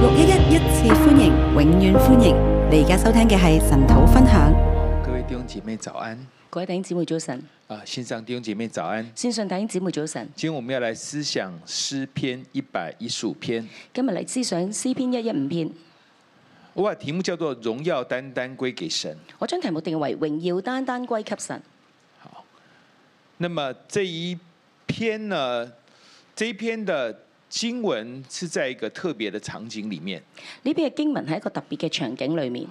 六一一一次歡迎，永遠歡迎！你而家收聽嘅係神土分享。各位弟兄姐妹早安！各位弟兄姊妹早晨，啊，線上弟兄姐妹早安！線上弟兄姊妹早晨。今天我們要來思想詩篇一百一十五篇，今日嚟思想詩篇一一五篇，我把題目叫做“榮耀單單歸給神我將題目定為榮耀單單歸給神。”。那麼這一篇呢，這一篇的經文是在一個特別的場景裡面。呢篇嘅經文喺一個特別嘅場景裏面。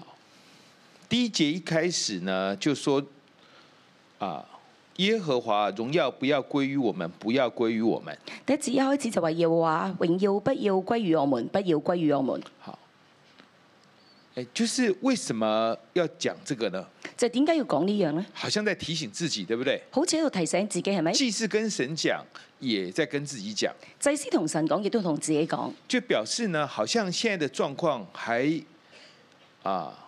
第一節一開始呢，就說啊，耶和華榮耀不要歸於我們，不要歸於我們。第一節一開始就話要話榮耀不要歸於我們，不要歸於我們。好，哎，就是為什麼要講這個呢？就係點解要講呢樣呢？好像在提醒自己，對不對？好似喺度提醒自己係咪？既是跟神講，也在跟自己講，祭司同神講，亦都同自己講，就表示呢，好像現在的狀況還啊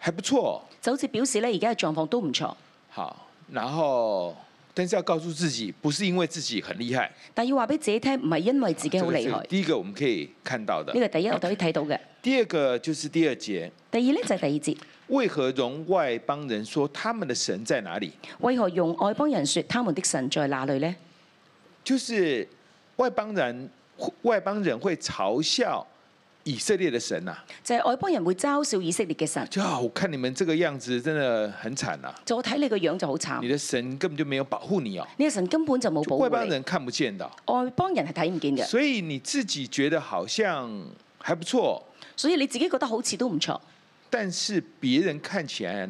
還不錯哦，就好似表示呢，而家嘅狀況都唔錯，好，然後但是要告訴自己，不是因為自己很厲害，但要話俾自己聽，唔係因為自己這好個厲是害。第一個我們可以看到的呢。個第一我可以睇到嘅。第二個就是第二節，第二呢，就係第二節，為何容外邦人說他們的神在哪裡？為何用外邦人說他們的神在哪裏呢？就是外邦人，外邦人會嘲笑以色列的神呐、啊就係外邦人會嘲笑以色列嘅神。就啊，我看你們這個樣子真的很慘啊！就我睇你個樣就好慘，你你的神根本就沒有保護你哦，嘅神根本就冇就保外邦護你。人看不見的哦，外邦人係睇唔見嘅，所以你自己覺得好像還不錯，所以你自己覺得好似都唔錯，但是別人看起來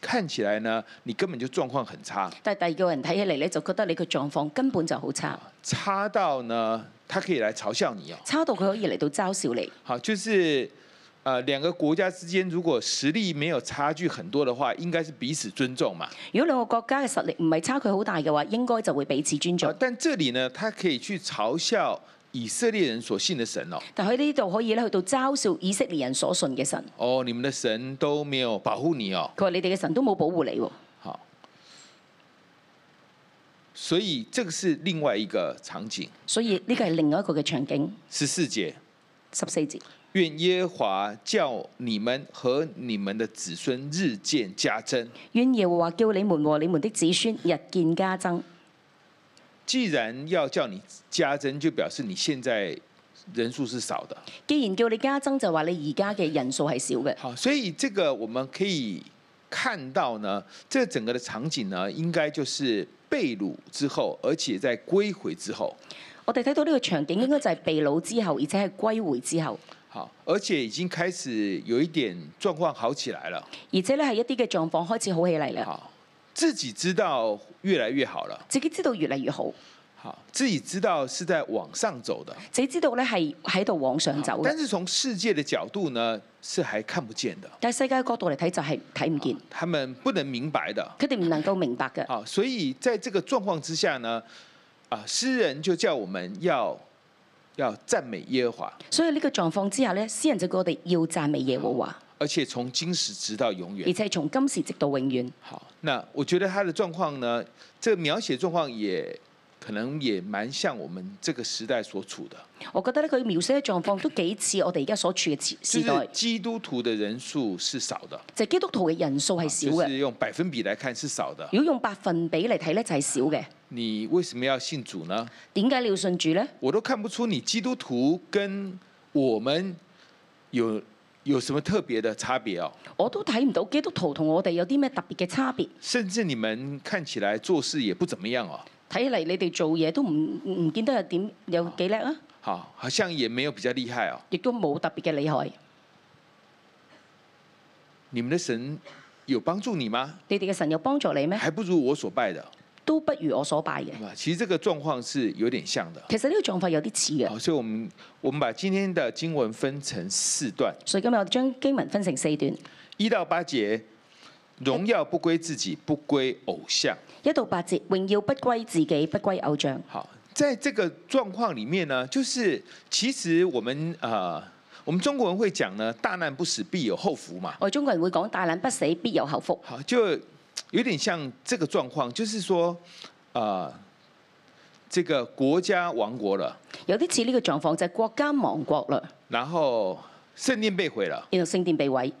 看起來呢，你根本就狀況很差，但係第二個人睇起嚟你就覺得你個狀況根本就好差，差到呢，他可以來嘲笑你哦。差到佢可以嚟到嘲笑你。好，就是呃，兩個國家之間如果實力沒有差距很多的話，應該是彼此尊重嘛。如果兩個國家嘅實力唔係差距好大嘅話，應該就會彼此尊好重。但這裡呢，他可以去嘲笑以色列人所信的神哦。但喺呢度可以咧去到嘲笑以色列人所信嘅神，哦，你們的神都沒有保護你哦。佢話你哋嘅神都冇保護你喎。好，所以這個是另外一個場景。所以呢個係另外一個嘅場景。十四節，十四節，願耶和華叫你們和你們的子孫日漸加增。願耶和華叫你們和你們的子孫日見加增。既然要叫你加增，就表示你現在人數是少的。既然叫你加增，就話你而家嘅人數係少嘅。好，所以這個我們可以看到呢，這整個的場景呢，應該就是被擄之後，而且在歸回之後，我哋睇到呢個場景應該就係被擄之後，而且係歸回之後，好，而且已經開始有一點狀況好起來了，而且咧係一啲嘅狀況開始好起嚟啦。好，自己知道越來越好了，自己知道越嚟越好，好，自己知道是在往上走的，自己知道咧係喺度往上走但嘅。是從世界的角度呢，是還看不見的，但係世界角度嚟睇就係睇唔見，他們不能明白的，佢哋唔能夠明白嘅。好，所以在這個狀況之下呢，啊，詩人就叫我們要要讚美耶和華，所以呢個狀況之下咧，詩人就叫我哋要讚美耶和華，而且從今時直到永而遠。且係從今時直到永遠。好，那我覺得他的狀況呢，這個描寫狀況也可能也蠻像我們這個時代所處的，我覺得咧，佢描寫嘅狀況都幾似我哋而家所處嘅時就時代是，基督徒的人數是少的，就係基督徒嘅人數係少就嘅。是用百分比來看是少的。如果用百分比嚟睇咧，就係少嘅。你為什麼要信主呢？點解你要信主咧？我都看不出你基督徒跟我們有有什麼特別的差別哦。我都睇唔到基督徒同我哋有啲咩特別嘅差別。甚至你們看起來做事也不怎麼樣哦，睇起嚟你哋做嘢都唔唔唔見得有點有幾叻啊，好，好像也沒有比較厲害哦。亦都冇特別嘅厲害。你們的神有幫助你嗎？你哋嘅神又幫助你咩？還不如我所拜的。都不如我所拜嘅。啊其實這個狀況是有點像的。其實呢個狀況有啲似嘅，好，所以我們我們把今天的經文分成四段，所以今日我哋將經文分成四段，一到八節，榮耀不歸自己，不歸偶像。一到八節，榮耀不歸自己，不歸偶像。好，在這個狀況裡面呢，就是其實我們呃，我們中國人會講呢，大難不死必有後福嘛。我哋中國人會講大難不死必有後福，好，就有點像這個狀況，就是說，啊、呃这个国家亡国了，有啲似呢個狀況就係、國家亡國啦，然後啊圣殿被毁了，然後聖殿被毀，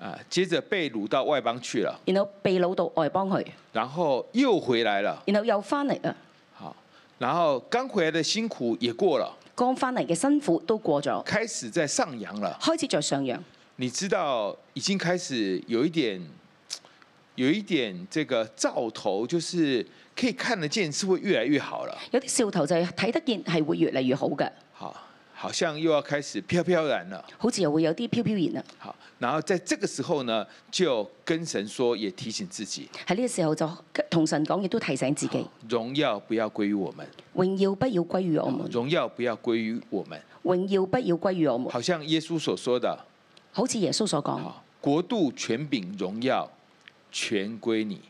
啊，接着被掳到外邦去了，然後被掳到外邦去，然後又回來了，然後又翻嚟啊啦，好，然後剛回來的辛苦也過了，剛翻嚟嘅辛苦都過咗，開始在上揚了。開始再上揚。你知道已經開始有一點，有一點這個兆頭，就是可以看得見是會越來越好了。有啲兆頭就係睇得見係會越嚟越好嘅，好，好像又要開始飄飄然了。好似又會有啲飄飄然啦。啊好，然後在這個時候呢，就跟神說，也提醒自己，喺呢個時候就同神講，亦都提醒自己，榮耀不要歸於我們，榮耀不要歸於我們，榮耀不要歸於我們。榮耀不要歸於我們。好像耶穌所說的，好似耶穌所講，好，國度、權柄、榮耀，全歸你，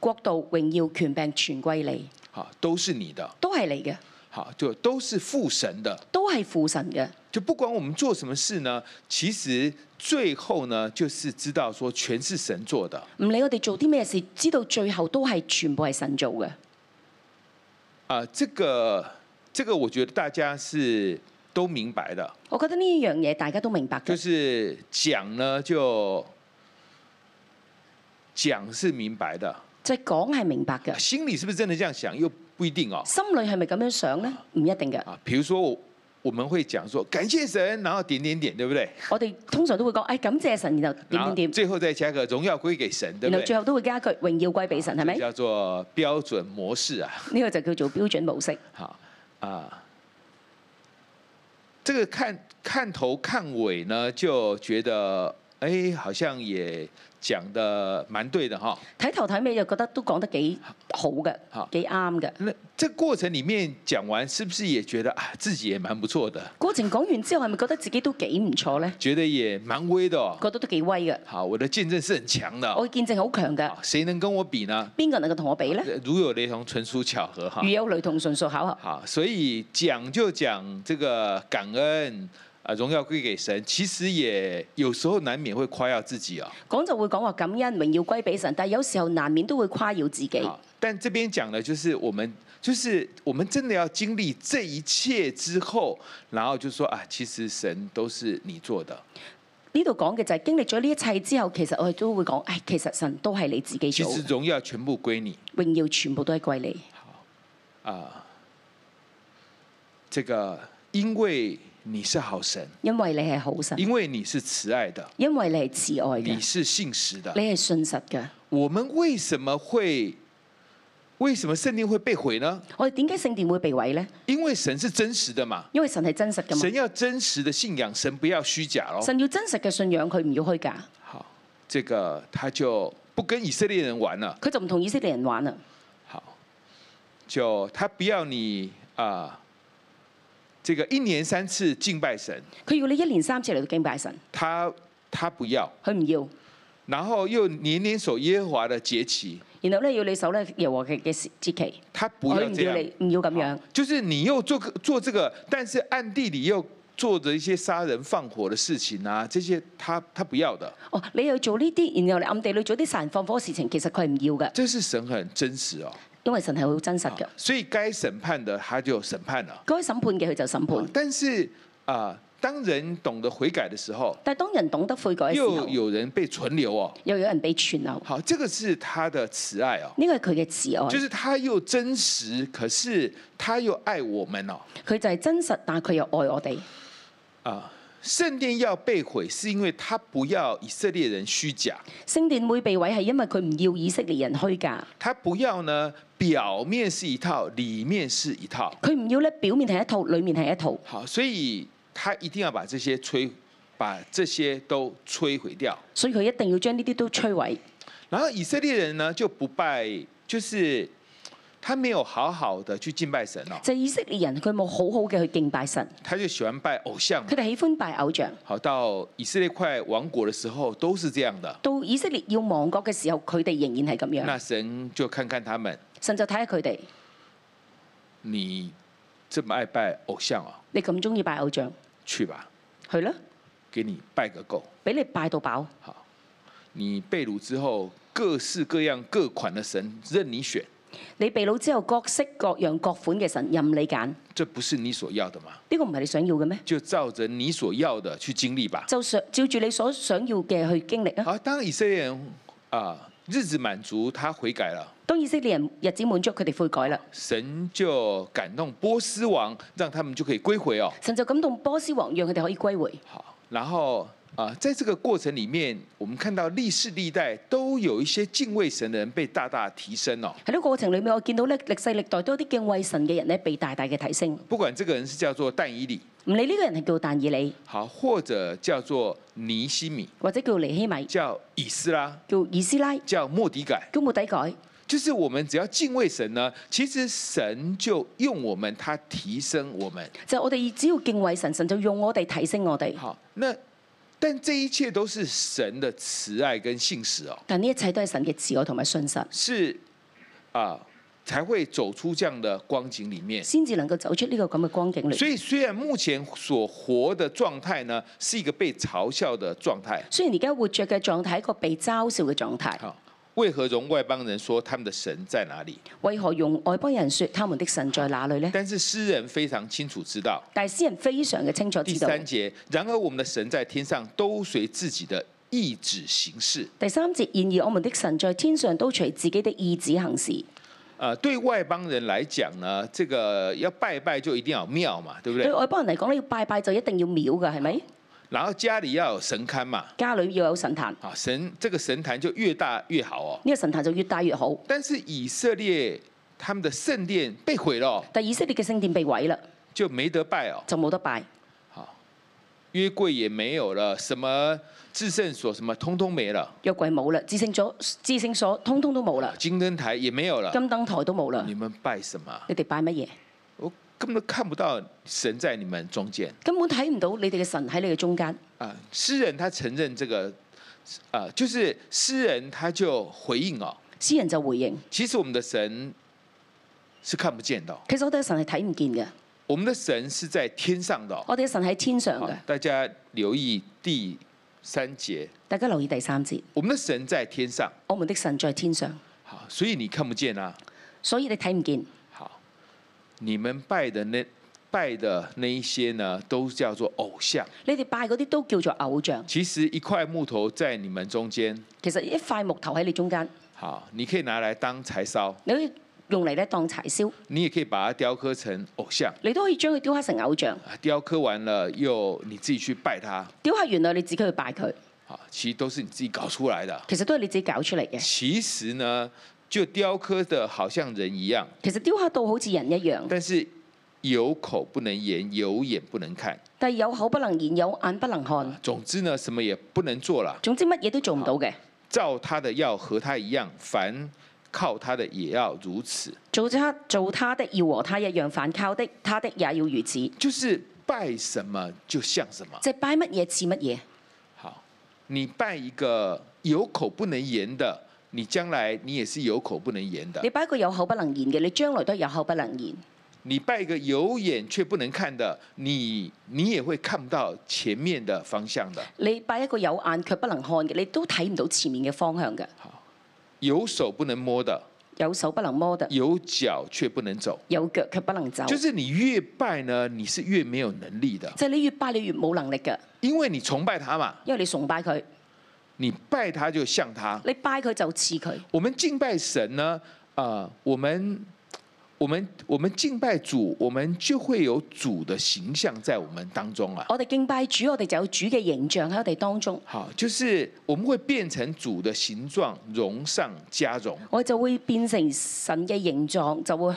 國度、榮耀、權柄全歸你，好，都是你的，都係你嘅，好，就都是父神的。都係父神嘅。就不管我們做什麼事呢，其實最後呢，就是知道說全是神做的。唔理我哋做啲咩事，知道最後都係全部係神做嘅。啊、這個這個我覺得大家是都明白的，我覺得呢樣嘢大家都明白就嘅，是講呢就講是明白的，就係講係明白嘅。心裡是不是真的這樣想又不一定哦。心裏係咪咁樣想呢？唔一定嘅。啊，比如說我我們會講說感謝神，然後點點點，對不對？我哋通常都會講，誒、哎感謝神，然後點然後點點，最後再加個榮耀歸給神，對然不後最對？後都會加一句榮耀歸俾神，係咪？這呢、叫做標準模式啊。個就叫做標準模式。好啊，这个看看头看尾呢，就觉得哎、好像也讲的蛮对的哈。睇頭睇尾就覺得都講得幾好嘅好，幾啱嘅。那这过程里面讲完，是不是也觉得啊，自己也蛮不错的，過程講完之後，係咪覺得自己都幾唔錯呢？觉得也蛮威的哦？覺得都幾威嘅，好，我的见证是很强的哦、我嘅見證好強嘅。好谁能跟我比呢？邊個能夠同我比呢？如有雷同，纯属巧合哈如。有雷同，純屬巧合。好，所以讲就讲这个感恩啊，荣耀归给神。其实也有时候难免会夸耀自己哦。講就會講話感恩榮耀歸俾神，但係有時候難免都會誇耀自己。好，但这边讲的就是我们，就是我们真的要经历这一切之后，然后就说啊，其实神都是你做的。呢度講嘅就係經歷咗呢一切之後，其實我哋都會講，唉，其實神都係你自己其做，实荣耀全部归你榮耀全部都係歸你。啊。这个，因为你是好神，因為你係好神，因為你是慈愛的，因為你係慈愛你嘅，是信實的你。係信實嘅。我們為什麼會，為什麼聖殿會被毀呢？我哋點解聖殿會被毀呢？因為神是真實的嘛，因為神係真實嘅神嘛，要真實的信仰，神不要虛假咯。神要真實嘅信仰，佢唔要虛假，好，这个他就不跟以色列人玩了。佢就唔同以色列人玩啊啦。好，就他不要你啊、这个一年三次敬拜神，佢要你一連三次嚟到敬拜神，他他不要，佢唔要。然後又年年守耶和華的節期，然後咧要你守咧耶和華嘅嘅節期，他不佢要唔這要樣。你唔要咁樣好。就是你又做個做這個，但是暗地裡又做着一些殺人放火的事情啊，這些他他不要的。哦，你又做呢啲，然後你暗地裏做啲殺人放火嘅事情，其實佢係唔要嘅，這是神很真實哦，啊因為神係好真實嘅。所以該審判的他就審判了。啊該審判嘅佢就審判，但是啊、当人懂得悔改的時候，但係當人懂得悔改嘅時又候，有人被存留哦。又有人被存留，好，這個是他的慈愛哦，呢個係佢嘅慈愛。就是他又真實，可是他又愛我們哦。佢就係真實，但係佢又愛我哋。啊，聖殿要被毀，是因為他不要以色列人虛假，聖殿會被毀係因為佢唔要以色列人虛假，他不要呢表面是一套，裡面是一套。佢唔要咧表面係一套，裡面係一套，好，所以他一定要把這些摧，把這些都摧毀掉。所以佢一定要將呢啲都摧毀。然後以色列人呢就不拜，就是他沒有好好的去敬拜神哦，就係以色列人佢冇好好嘅去敬拜神，他就喜歡拜偶像嘛佢。哋喜歡拜偶像。好，到以色列快亡國的時候都是這樣的。到以色列要亡國嘅時候，佢哋仍然係咁樣。那神就看看他們，神就睇下佢哋，你這麼愛拜偶像啊，你咁中意拜偶像，去吧，去啦，給你拜個夠。俾你拜到飽。好，你被擄之後，各式各樣各款的神任你選，你被擄之後，各式各樣各款嘅神任你揀，呢、这不是你所要的嘛？個唔係你想要嘅咩？就照着你所要的去经历吧。就想照住你所想要嘅去經歷啊！好，当以色列人啊、日子满足，他悔改了，當以色列人日子滿足，佢哋悔改啦，神就感动波斯王，让他们就可以归回哦。神就感動波斯王，讓佢哋可以歸回。好，然后啊、在这个过程里面，我们看到历世历代都有一些敬畏神的人被大大提升哦。喺呢個過程裏面，我見到咧歷世歷代都有啲敬畏神嘅人咧，被大大嘅提升。不管这个人是叫做但以理，唔理呢個人係叫但以理，好，或者叫做尼西米，或者叫尼希米，叫以斯拉，叫以斯拉，叫莫迪改，叫末底改。就是我们只要敬畏神呢，其实神就用我们，他提升我们。就係我哋只要敬畏神，神就用我哋提升我哋。好，那但这一切都是神的慈爱跟信实哦，但呢一切都係神嘅慈愛同埋信實，是啊、才会走出这样的光景里面。先至能夠走出呢個咁嘅光景裏。所以虽然目前所活的状态呢，是一个被嘲笑的状态，雖然而家活着嘅狀態係一個被嘲笑嘅狀態，好，为何容外邦人说他们的神在哪里？為何用外邦人說他們的神在哪裏呢？但是诗人非常清楚知道，但係詩人非常嘅清楚第知道。三节，然而我们的神在天上都随自己的意志行事。第三節，然而我們的神在天上都隨自己的意旨行事。呃，对外邦人来讲呢，这个要拜拜就一定要有庙嘛，对不对對？外邦人嚟講咧，要拜拜就一定要廟㗎，係咪？然后家里要有神龛嘛，家裏要有神壇，呢、啊，神这个神坛就越大越好哦。個神壇就越大越好。但是以色列他们的圣殿被毁了哦，但以色列嘅聖殿被毀啦，就没得拜哦。就冇得拜。好，约柜也没有了，什么至圣所什么通通没了，約櫃冇啦，至聖所、至聖所通通都冇啦，金灯台也没有了，金燈台都冇啦。你们拜什么？啊你哋拜乜嘢？我根本都看不到神在你们中间根本睇唔到你哋嘅神喺你嘅中間。啊！诗人他承认这个，啊，就是诗人他就回应哦，詩人就回應：其实我们的神是看不见的哦，其實我哋嘅神係睇唔見嘅，我们的神是在天上的哦。我哋嘅神喺天上好嘅。大家留意第三节，大家留意第三節，我们的神在天上，我們的神在天上，好，所以你看不见啊。所以你睇唔見。好，你们拜的那拜的那一些呢，都叫做偶像。你哋拜嗰啲都叫做偶像。其实一块木头在你们中间，其實一塊木頭喺你中間，好，你可以拿来当柴烧，你可以用嚟咧當柴燒，你也可以把它雕刻成偶像你都可以將佢雕刻成偶像。啊。雕刻完了又你自己去拜它，雕刻完啦，你自己去拜佢，啊，其实都是你自己搞出来的。其實都係你自己搞出嚟嘅。其实呢，就雕刻的好像人一样，其實雕刻到好似人一樣，但是有口不能言，有眼不能看。但係有口不能言，有眼不能看。总之呢，什么也不能做了。總之乜嘢都做唔到嘅，照他的要和他一样，凡靠他的也要如此。做他做他的要和他一樣，反靠的他的也要如此。就是拜什么就像什么。即係拜乜嘢似乜嘢。好，你拜一个有口不能言的，你将来你也是有口不能言的你；拜一個有口不能言嘅，你將來都係有口不能言。你拜一个有眼却不能看的，你你也会看不到前面的方向的。你拜一個有眼卻不能看嘅，你都睇唔到前面嘅方向嘅。有手不能摸的，有手不能摸嘅，有脚却不能走。有腳卻不能走。就是你越拜呢，你是越没有能力的，就係你越拜你越冇能力嘅，因为你崇拜他嘛，因為你崇拜佢，你拜他就像他。你拜佢就似佢。我们敬拜神呢，啊，我们我们我们敬拜主，我们就会有主的形象在我们当中啊。我哋敬拜主，我哋就有主嘅形象喺我哋當中，好，就是我们会变成主的形状，荣上加荣，我就會變成神嘅形狀，就會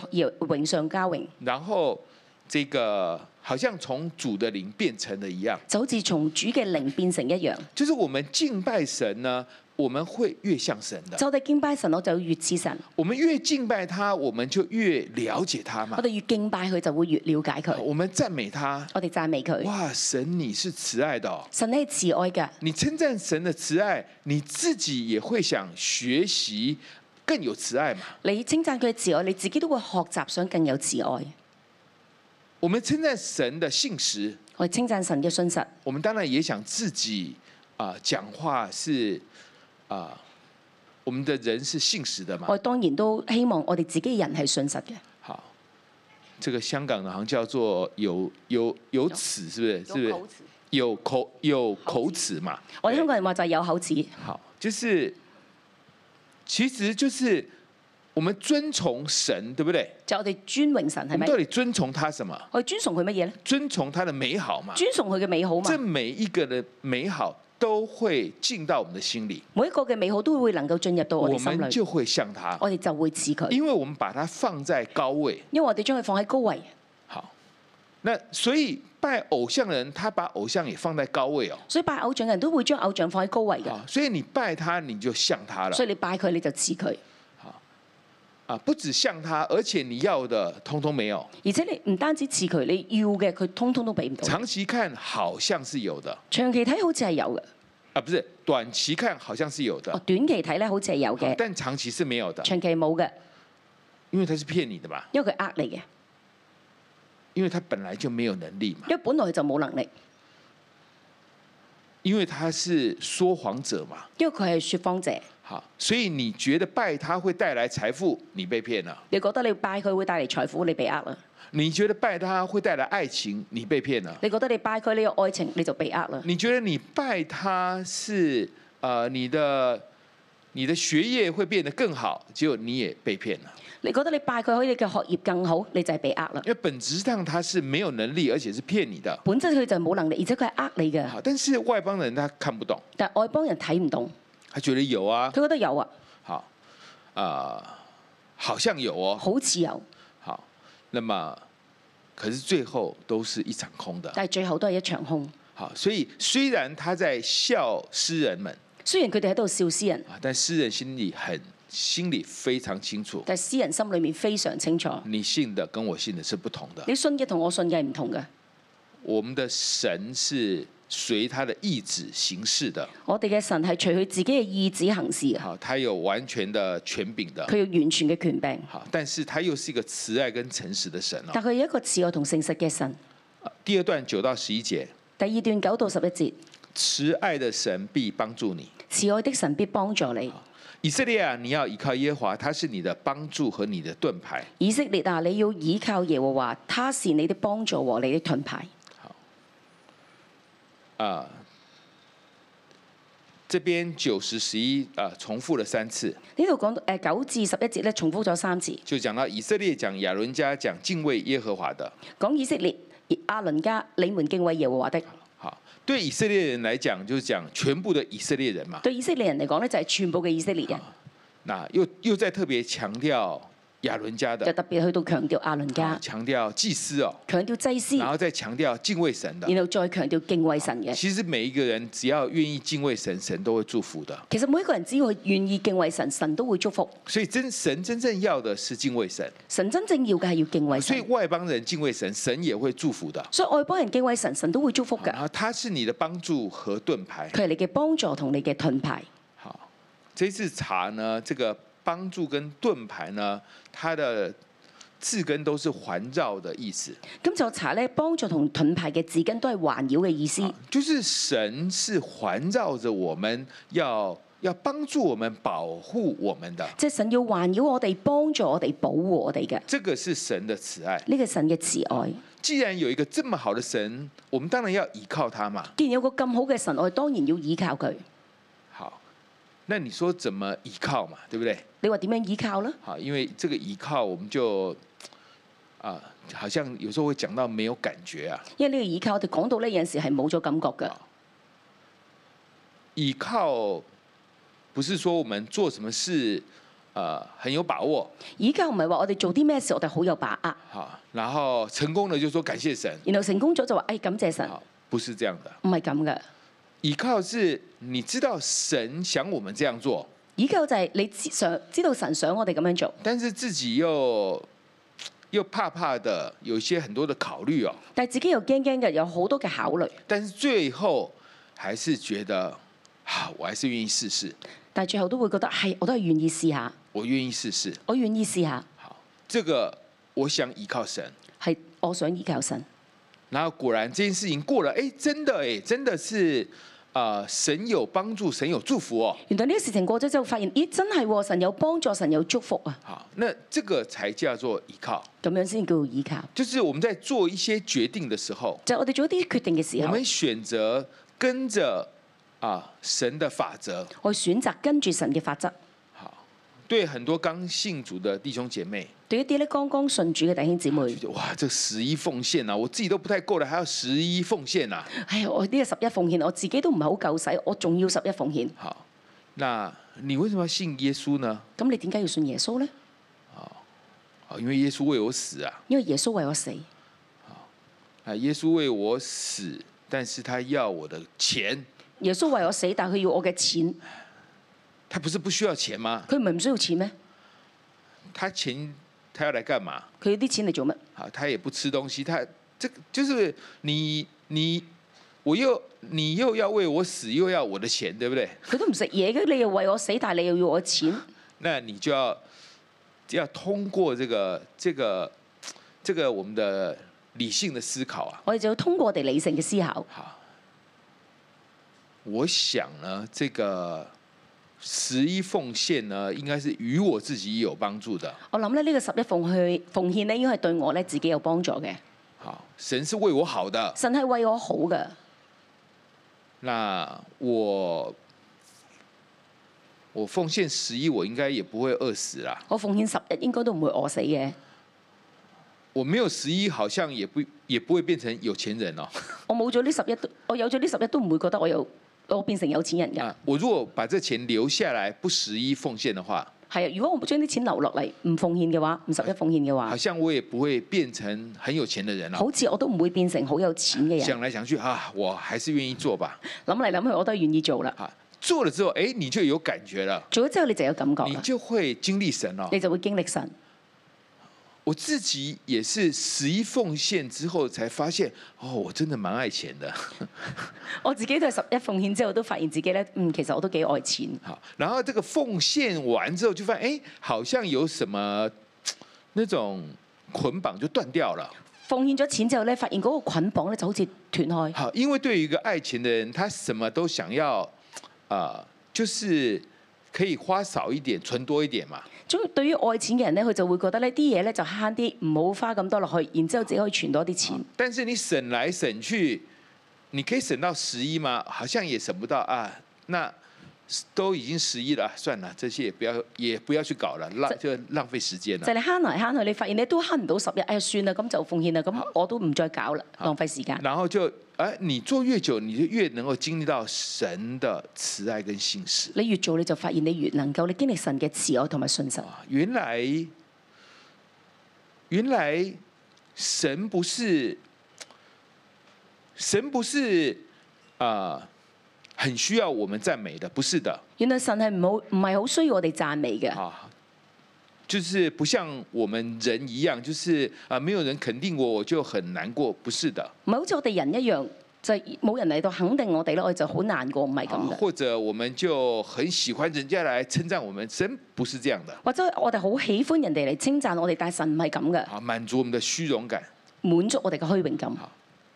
榮上加榮，然后这个好像从主的灵变成了一样。就好似從主嘅靈變成一樣。就是我们敬拜神呢，我们会越像神的。就我哋敬拜神，我就越似神；我们越敬拜他，我们就越了解他嘛呃我。哋越敬拜佢，就會越了解佢。我们赞美他，我哋讚美佢。哇，神你是慈爱的、哦。神咧係慈愛嘅，你称赞神的慈爱，你自己也会想学习更有慈爱嘛？你稱讚佢嘅慈愛，你自己都會學習想更有慈愛。我们称讚神的信实，我哋稱讚神嘅信實，我们当然也想自己啊、讲话是啊、我们的人是信实的嘛。我當然都希望我哋自己人係信實嘅，好，这个香港的好像叫做有有有齿，是不是？是不是？有口有口齿嘛？我哋香对港人話就係有口齒，好，就是其实就是我们遵从神，对不对？就係我哋尊榮神我係们咪到？底遵从他什么？我哋尊崇佢乜嘢呢？遵从他的美好嘛？尊崇佢嘅美好嘛这，每一个的美好都会进到我们的心里，每一個嘅美好都會能夠進入到我我哋心们裏，就会像他，我哋就會似佢，因为我们把它放在高位。因為我哋將佢放喺高位。好，那所以拜偶像的人，他把偶像也放在高位哦。所以拜偶像嘅人都會將偶像放喺高位嘅，啊好，所以你拜他，你就像他了所以你拜佢你就似佢，啊！不止像他，而且你要的通通没有。而且你唔單止似佢，你要嘅佢通通都俾唔到。长期看好像是有的長期睇好似係有嘅，啊，不是短期看好像是有的，哦短期睇咧好似係有好嘅，但长期是没有的，長期冇嘅，因为他是骗你的嘛，因為佢呃你嘅，因为他本来就没有能力嘛因，為本來佢就冇能力，因为他是说谎者嘛。因為佢係説謊者。好，所以你觉得拜他會帶來財富，你被騙了；你覺得你拜佢會帶嚟財富，你被呃啦；你觉得拜他會帶來愛情，你被騙了；你覺得你拜佢你有愛情，你就被呃啦。你觉得你拜他是呃你的你的學業會變得更好，結果你也被騙了，你覺得你拜佢可以你嘅學業更好，你就係被呃啦因。為本質上他是沒有能力，而且是騙你的。本質佢就係冇能力，而且佢係呃你嘅。好，但是外邦人他看不懂，但係外邦人睇唔懂，他觉得有啊佢，覺得有啊，好啊、呃好像有哦，好似有，好，那么可是最後都是一場空的。但係最後都係一場空。好，所以虽然他在笑诗人们雖然佢哋喺度笑詩人，啊，但诗人心里很心里非常清楚，但係詩人心裏面非常清楚，你信的跟我信的是不同的。你信嘅同我信嘅係唔同嘅。我们的神是随他的意志行事的，我哋嘅神係隨佢自己嘅意志行事嘅，好，他有完全的权柄的，佢有完全嘅權柄，好，但是他又是一个慈爱跟诚实的神哦。但佢係一個慈愛同誠實嘅神。啊第二段九到十一节，第二段九到十一節，慈愛的神必帮助你。慈愛的神必幫助你。以色列啊，你要依靠耶和华，他是你的帮助和你的盾牌。以色列啊，你要倚靠耶和華，他是你的幫助和你的盾牌。啊、这边九十十一啊重复了三次，呢度講誒九至十一節咧，重複咗三次，就讲到以色列讲亚伦家讲敬畏耶和华的。講以色列、阿倫家，你們敬畏耶和華的。好，对以色列人来讲，就是讲全部的以色列人嘛。對以色列人嚟講咧，就係全部嘅以色列人，那又又在特别强调亚伦家的就，特別去到強調阿倫啊家，强调祭司哦，強調祭司，然然后再强调敬畏神的。後再強調敬畏神嘅。其实每一个人只要愿意敬畏神，神都会祝福的。其實每一個人只要佢願意敬畏神，神都會祝福。所以真神真正要的是敬畏神，神真正要嘅係要敬畏所以神，外邦人敬畏神，神也会祝福的。所以外邦人敬畏神，神都會祝福嘅然。后他是你的帮助和盾牌。佢係你嘅幫助同你嘅盾牌。好，这次查呢，这个帮助跟盾牌呢，它的字根都是环绕的意思，咁就查咧，幫助同盾牌嘅字根都係環繞嘅意思。啊就是神是环绕着我们，要要帮助我们、保护我们的。即係神要環繞我哋，幫助我哋，保護我哋嘅。这个是神的慈爱。呢個神嘅慈愛，既然有一个这么好的神，我们当然要依靠他嘛。既然有個咁好嘅神，我哋當然要依靠佢。好，那你说怎么依靠嘛？对不对？你話點樣依靠呢？好，因为这个依靠，我们就啊，好像有时候会讲到没有感觉啊。因為呢個依靠，我哋講到呢，有陣時係冇咗感覺嘅。依靠不是说我们做什么事呃很有把握，依靠唔係話我哋做啲咩事，我哋好有把握，好，然后成功了就说感谢神，然後成功咗就話：，哎，感謝神。好，不是这样的。唔係咁嘅，依靠是你知道神想我们这样做，依靠就係你知想知道神想我哋咁樣做，但是自己又又怕怕的，有一些很多的考虑哦，但係自己又驚驚嘅，有好多嘅考慮，但是最后还是觉得，好，我还是愿意试试，但係最後都會覺得係，我都係願意試下，我愿意试试。我願意試下，好，这个我想依靠神。係我想依靠神。然后果然这件事情过了，哎，真的哎，真的是啊、神有帮助，神有祝福哦。原來呢個事情過咗之後，發現咦真係喎，神有幫助，神有祝福啊，好，那这个才叫做依靠。咁樣先叫依靠。就是我们在做一些决定的时候，就係我哋做一啲決定嘅時我候们，选择跟着啊神的法则。我選擇跟住神嘅法則。好，对很多刚信主的弟兄姐妹，對一啲咧剛剛信主嘅弟兄姊妹就，觉得哇，这十一奉献啊，我自己都不太够了，还要十一奉献啊。唉，哎我呢個十一奉獻，我自己都唔係好夠使，我仲要十一奉獻。好，那你为什么要信耶稣呢？咁你點解要信耶穌呢？啊，因为耶稣为我死啊，因為耶穌為我死，啊，耶稣为我死，但是他要我的钱，耶穌為我死，但係佢要我嘅錢，他不是不需要钱吗？佢唔係唔需要錢咩？他钱他要来干嘛？佢要啲錢嚟做乜？啊，他也不吃东西，他这个就是你你我又你又要为我死，又要我的钱，对不对？佢都唔食嘢嘅，你又為我死，但係你又要我錢，那你就要要通过这个这个这个我们的理性的思考啊，我哋就要通過我哋理性嘅思考。好，我想呢，这个十一奉献呢，应该是与我自己有帮助的。我諗咧呢個十一奉獻奉獻咧，應該係對我咧自己有幫助嘅。好，神是为我好的，神係為我好嘅，那我我奉献十一，我应该也不会饿死啦。我奉獻十日應該都唔會餓死嘅。我没有十一，好像也不也不会变成有钱人哦。我冇咗呢十一都，我有咗呢十一都唔會覺得我有我變成有錢人㗎。啊，我如果把这钱留下来不十一奉献的话，係啊，如果我將啲錢留落嚟唔奉獻嘅話，唔十一奉獻嘅好話，像我也不会变成很有钱的人了。好似我都唔會變成好有錢嘅人。想来想去啊，我还是愿意做吧。諗嚟諗去，我都係願意做啦。啊，做了之後，哎、你就有感覺了，做咗之後，你就有感覺你啦，就會經歷神了。你就會經歷神。我自己也是十一奉獻之後才發現，哦，我真的蠻愛錢的。我自己都係十一奉獻之後，都發現自己咧，嗯，其實我都幾愛錢。好，然後這個奉獻完之後，就發現，哎、好像有什麼嘖那種捆綁就斷掉了。奉獻咗錢之後咧，發現嗰個捆綁咧就好似斷開。好，因為對於一個愛錢的人，他什麼都想要，啊、就是可以花少一點，存多一點嘛。總對於愛錢嘅人咧，佢就會覺得呢啲嘢咧就慳啲，唔好花咁多落去，然之後自己可以存多啲錢。但是你省來省去，你可以省到十一吗？好像也省不到啊。那都已经十一了，啊算了，这些也不要也不要去搞了，浪就浪费时间就了。係你慳嚟慳去，你發現你都慳唔到十日，哎呀算啦，咁就奉獻啦，啊咁我都唔再搞啦，浪費時間。然后就，哎、你做越久，你就越能够经历到神的慈爱跟信实你越做你就發現你越能夠你經歷神嘅慈愛同埋信實。啊。原来，原来神不是，神不是啊、很需要我们赞美的，不是的。原來神係唔好唔係好需要我哋讚美嘅，啊，就是不像我们人一样，就是啊、没有人肯定我，我就很难过。不是的，唔係好似我哋人一樣，就係冇人嚟到肯定我哋咧，我哋就好難過，唔係啊咁嘅。或者我们就很喜欢人家来称赞我们，神不是这样的或者我哋好喜歡人哋嚟稱讚我哋，但係神唔係咁嘅，啊，满足我们的虚荣感。滿足我哋嘅虛榮感。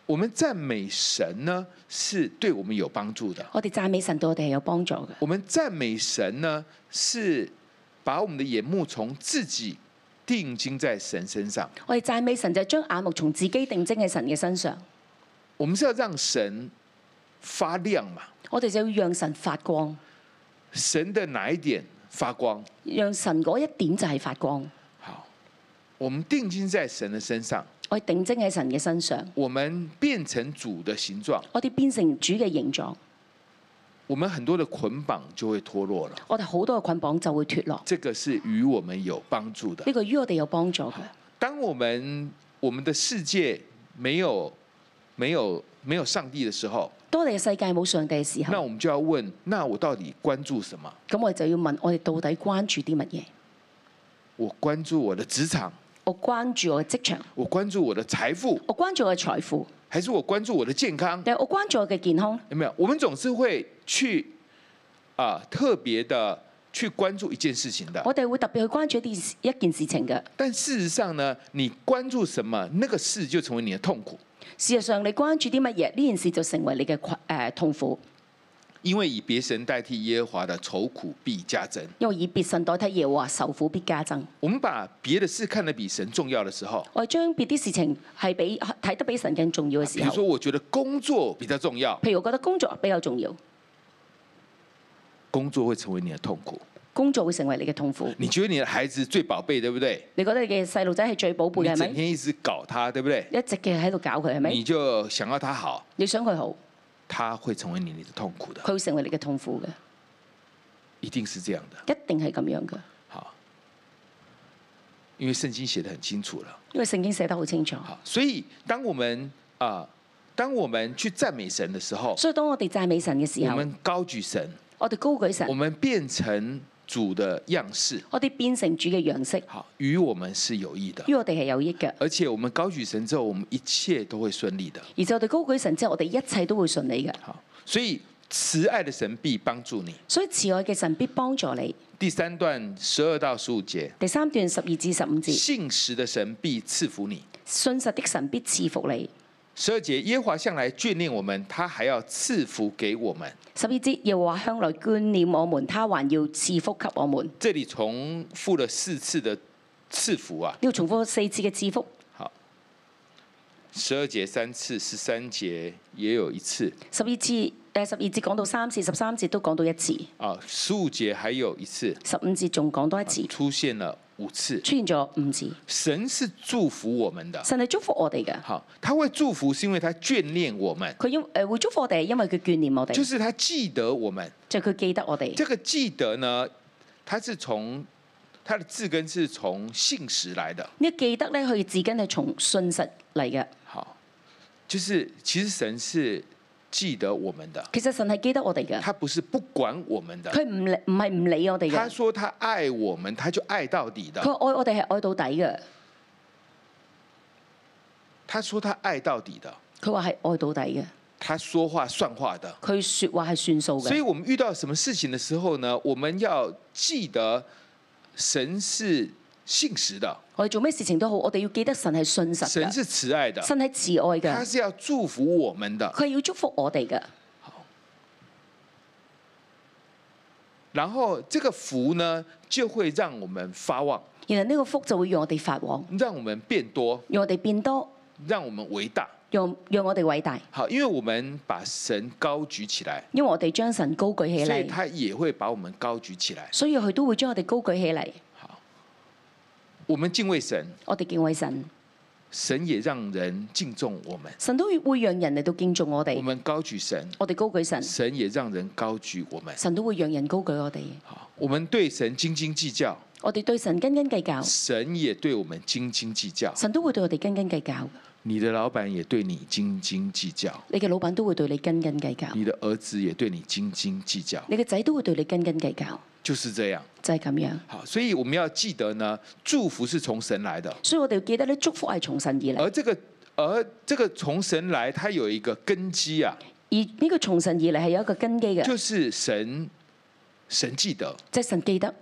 我们赞美神呢，是对我们有帮助的。我哋讚美神對我哋係有幫助嘅。我们赞美神呢，是把我们的眼目从自己定睛在神身上。我哋讚美神就係將眼目從自己定睛喺神嘅身上，我们是要让神发亮嘛，我哋就要讓神發光，神的哪一点发光？讓神嗰一點就係發光。好，我们定睛在神的身上，我哋定睛喺神嘅身上，我們变成主的形狀，我哋變成主嘅形狀，我們很多的捆綁就會脫落了。我哋好多嘅捆綁就會脱落。這個是與我們有幫助的呢、。個於我哋有幫助嘅。當我們我們的世界没有没有没有上帝的時候，當我哋嘅世界冇上帝嘅時那候，我們就要問：那我到底關注什麼？咁我哋就要問：我哋到底關注啲乜嘢？我關注我的職場，我關注我嘅職場，我關注我的財富，我關注我嘅財富，還是我關注我的健康？定係我關注我嘅健康？有沒有？我們總是會去啊、特別的去關注一件事情的。我哋會特別去關注一啲一件事情嘅。但事实上呢，你关注什么，那个事就成为你的痛苦。事實上，你關注啲乜嘢？呢件事就成為你嘅困誒痛苦。因为以别神代替耶和华的愁苦必加增。因為以別神代替耶和華，受苦必加增。我们把别的事看得比神重要的时候，我哋將別啲事情係比睇得比神更重要嘅比時如说候，我觉得工作比较重要，譬如我覺得工作比較重要，工作会成为你的痛苦。工作會成為你嘅痛苦。你觉得你的孩子最宝贝，对不对？你覺得你嘅細路仔係最寶你貝嘅係整咪？天一直搞他，对不对？一直嘅喺度搞佢係咪你？就想要他好，你想佢好，他会成为你的痛苦的，佢會成為你嘅痛苦嘅，一定是这样的。一定係咁樣嘅。好，因为圣经写的很清楚了。因為聖經寫得好清楚，好，所以当我们啊、当我们去赞美神的时候，所以當我哋讚美神嘅時我候，们高举神，我哋高舉神我，们变成主的样式，我哋變成主嘅樣式，好，与我们是有益的。於我哋係有益嘅。而且我们高举神之后，我们一切都会顺利的。而且我哋高舉神之後，我哋一切都會順利嘅。好，所以慈爱的神必帮助你。所以慈愛嘅神必幫助你。第三段十二到十五节，第三段十二至十五節，信实的神必赐福你。信實的神必賜福你。十二节，耶和华向来眷恋我们，他还要赐福给我们。十二節又話向來眷念我們，他還要賜福給我們。这里重复了四次的赐福啊，呢度重複四次嘅賜福，好，十二节三次，十三节也有一次十二次誒十二節講到三次，十三節都講到一次，啊，十五节还有一次，十五節仲講多一次，出现了五次。出現咗五次。神是祝福我们的，神係祝福我哋嘅，好，他会祝福是因为他眷恋我们，佢因誒會祝福我哋，係因為佢眷念我就哋，是他记得我们。就係佢記得我哋。这个记得呢，它是从它的字根是从信实来的，呢個記得咧，佢嘅字根係從信實嚟嘅。好，就是其实神是記得我们的，其實神係記得我哋嘅，他不是不管我们的。佢唔理唔係唔理我哋他嘅，说他爱我们，他就爱到底的佢。愛我哋係愛到底嘅。他说他爱到底的，佢話係愛到底嘅，他說話算話的。佢説話係算數所以嘅。我們遇到什麼事情的時候呢，我們要記得神是信實的，我哋做咩事情都好，我哋要記得神係信實神嘅，是慈愛的，神係慈愛他嘅，是要祝福我們的。佢係要祝福我哋嘅。然後這個福呢，就會讓我們發旺，然後呢個福就會讓我哋發旺，讓我們變多，讓我哋變多，讓我們為大。讓讓我哋偉大，好，因為我們把神高舉起來，因為我哋將神高舉起所以嚟，他也會把我們高舉起來。所以佢都會將我哋高舉起嚟。我們敬畏神，我哋敬畏神，神也讓人敬重我們。神都會讓人嚟到敬重我我哋，們高舉神，我哋高舉神，神也讓人高舉我們。神都會讓人高舉我哋。好，我们对神斤斤计较，我哋對神斤斤計較，神也對我們斤斤计較。神都會對我哋斤斤計較。你的老板也對你斤斤计較，你嘅老闆都會對你斤斤計較，你的兒子也對你斤斤计較，你嘅仔都會對你斤斤計較，就是這樣。就係咁樣。好，所以我們要記得呢，祝福是從神來的，所以我哋要記得咧，祝福係從神而嚟，而這個而這個從神來，它有一個根基啊，而呢個從神而嚟係有一個根基嘅，就是神神記得，即係神記得，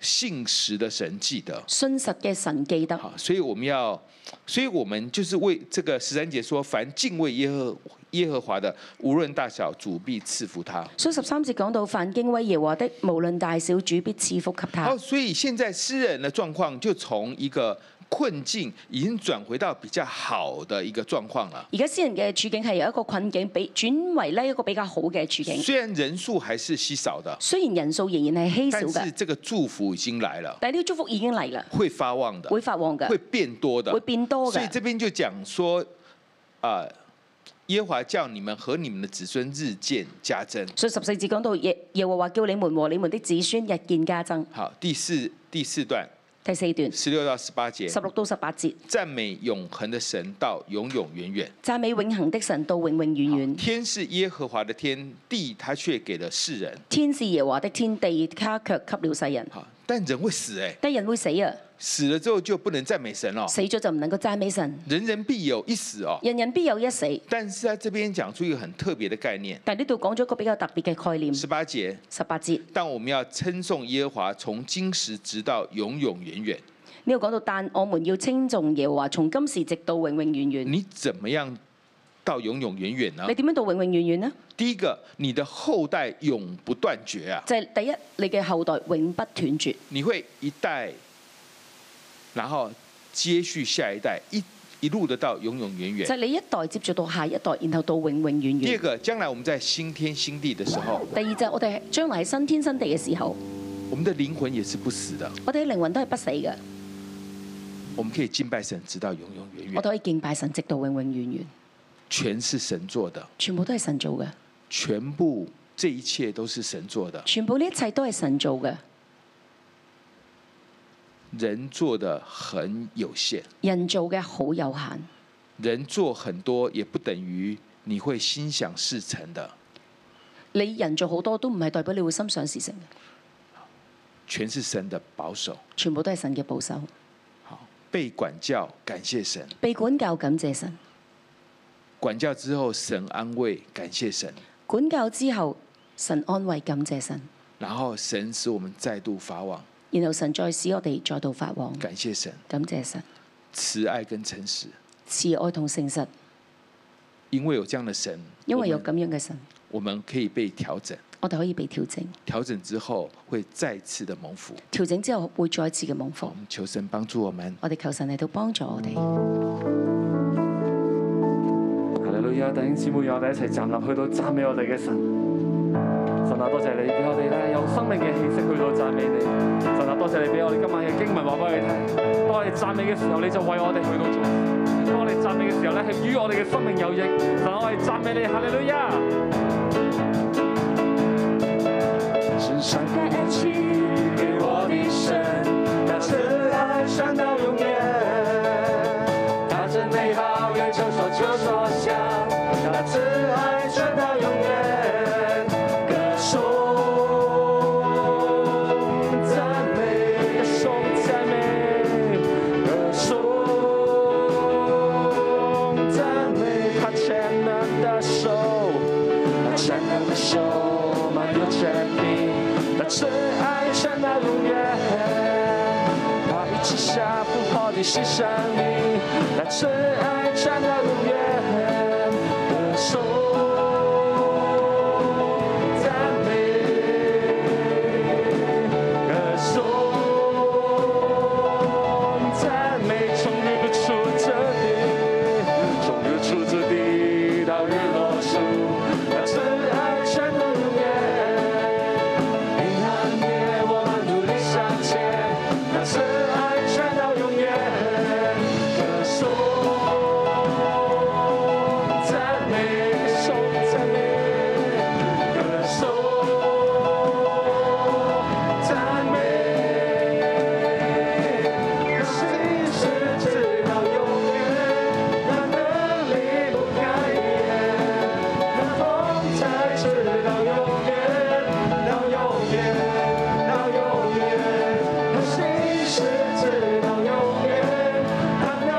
信實的神記得。信實嘅神記得。好，所以我们要，所以我们就是为这个十三节说，凡敬畏耶和耶和华的，无论大小，主必赐福他。所以十三節講到凡敬畏耶和華的，無論大小，主必賜福給他好，。哦所以现在诗人的状况就从一个困境，已经转回到比较好的一个状况了。而家詩人嘅處境係由一個困境，比轉為呢一個比較好嘅處境。虽然人数还是稀少的，雖然人數仍然係稀少但是嘅，这个祝福已经来了，但係呢個祝福已經嚟啦，会发旺的，會發旺会嘅，变多的會。變多所以这嘅。边就讲说，啊、耶和华叫你们和你们的子孙日渐加增。所以十四節講到耶耶和華叫你們和你們的子孫日見加增。好，第四第四段第四段十六到十八节，十六到十八節，赞美永恒的神到永永远远。讚美永恒的神到永永遠遠。天是耶和华的天地，他却给了世人。天是耶和華的天地，他卻給了世人。好，但人会死哎、但人會死啊，死了之後就不能赞美神了。死咗就唔能夠讚美神。人人必有一死哦。人人必有一死，但是他这边讲出一个很特別的概念，但呢度講咗一個比較特別嘅概念。十八节，十八節但我們要稱颂耶和華，從今時直到永永遠遠。呢度講到，但我們要稱頌耶和華，從今時直到永永遠遠。你怎麼樣到永永远远呢你？點樣到永永遠遠呢？第一个，你的后代永不断绝啊，就係、第一，你嘅後代永不斷絕，你会一代，然后接续下一代，一一路的到永永远就远。係、你一代接住到下一代，然後到永永遠第二遠。个，将来我们在新天新地的时候，第二就係我哋喺將來喺新天新地嘅時候，我们的灵魂也是不死的，我哋嘅靈魂都係不死嘅，我们可以敬拜神直到永永远我远哋，可以敬拜神直到永永遠遠，全是神做的，全部都係神做嘅，全部这一切都是神做的，全部呢一切都係神做嘅，人做的很有限，人做嘅好有限。人做很多也不等于你会心想事成的，你人做好多都唔係代表你會心想事成嘅，全是神的保守。全部都係神嘅保守。好，被管教，感谢神；被管教感謝神，管教之后，神安慰，感谢神。管教之後神安慰感謝神，然后神使我们再度发旺，然後神再使我哋再度發旺，感谢神，感謝神慈爱跟诚实。慈愛同誠實，因為有這樣的神，因為有我咁們樣嘅神，我們可以被調整，我哋可以被調整，調整之後會再次的蒙福。調整之後會再次嘅蒙我福。们求神幫助我們。我哋求神嚟到幫助我哋。哈利路亞，弟兄姊妹，我哋一齊站立，去到讚美我哋嘅神。神啊，多謝你俾我哋咧有生命嘅氣息去到讚美你。神啊，多謝你俾我哋今晚嘅經文話俾我哋聽。當我哋讚美嘅時候，你就為我哋去到做事；當我哋讚美嘅時候咧，係於我哋嘅生命有益。神啊，我哋讚美你，哈利路亞。是上感激给我的神，那慈爱传到永远。他真美好，愿求说就说想，那慈爱传到永远。歌颂赞美，歌颂赞美，歌颂赞美，他全能的手。那全能的手满有权柄，那慈爱传到永远。他一直下不破的是生命，那慈爱传到永远。歌颂赞美，歌颂赞美，从日不出这地。从日出之地到日落处，那慈爱全能永远。黑暗夜，我们努力向前，那慈爱传到永远。歌颂赞美，歌颂赞美，歌颂赞美。可谁是直到永远？那能力不改变，那风采直到永远，到永远，到永远。可谁是直到永远？那能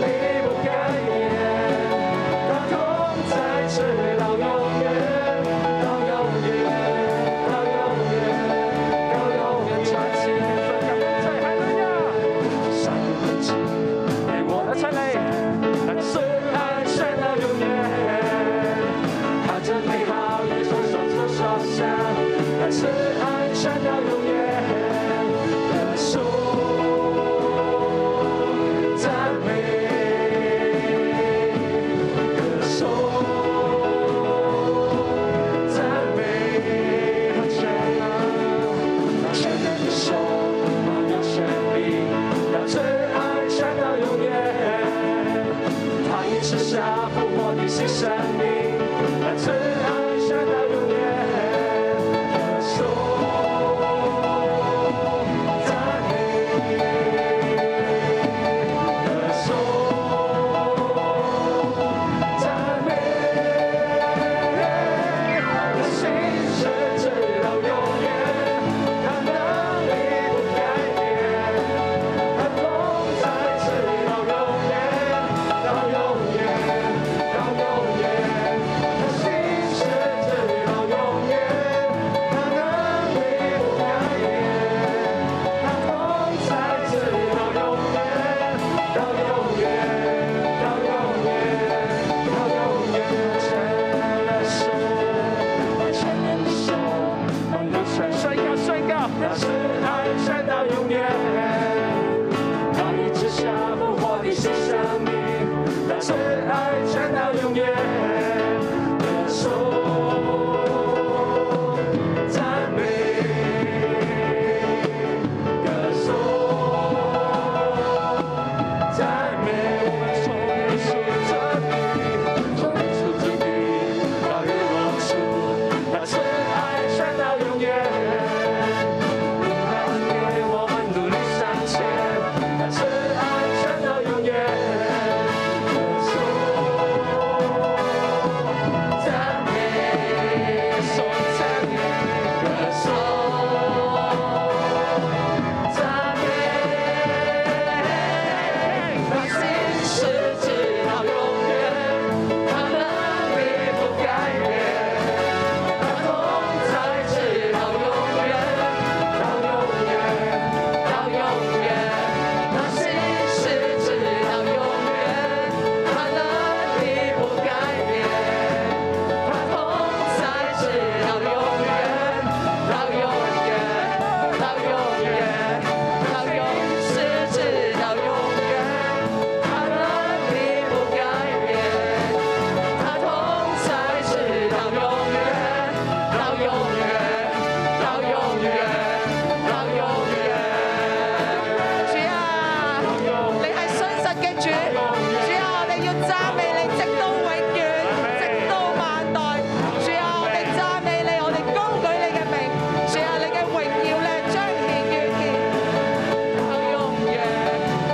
力不改变，那风采直到永远，到永远，到永远，到永远。传奇分享在海伦亚。善的情，给我的灿烂，那真爱传到永远。他真美好，一双手手双相，那真爱传到永远。歌颂赞美，歌颂赞美，他全能。那全能的手，满有权柄，那真爱传到永远。他一直下复活的新生命，那真爱传到永远。歌颂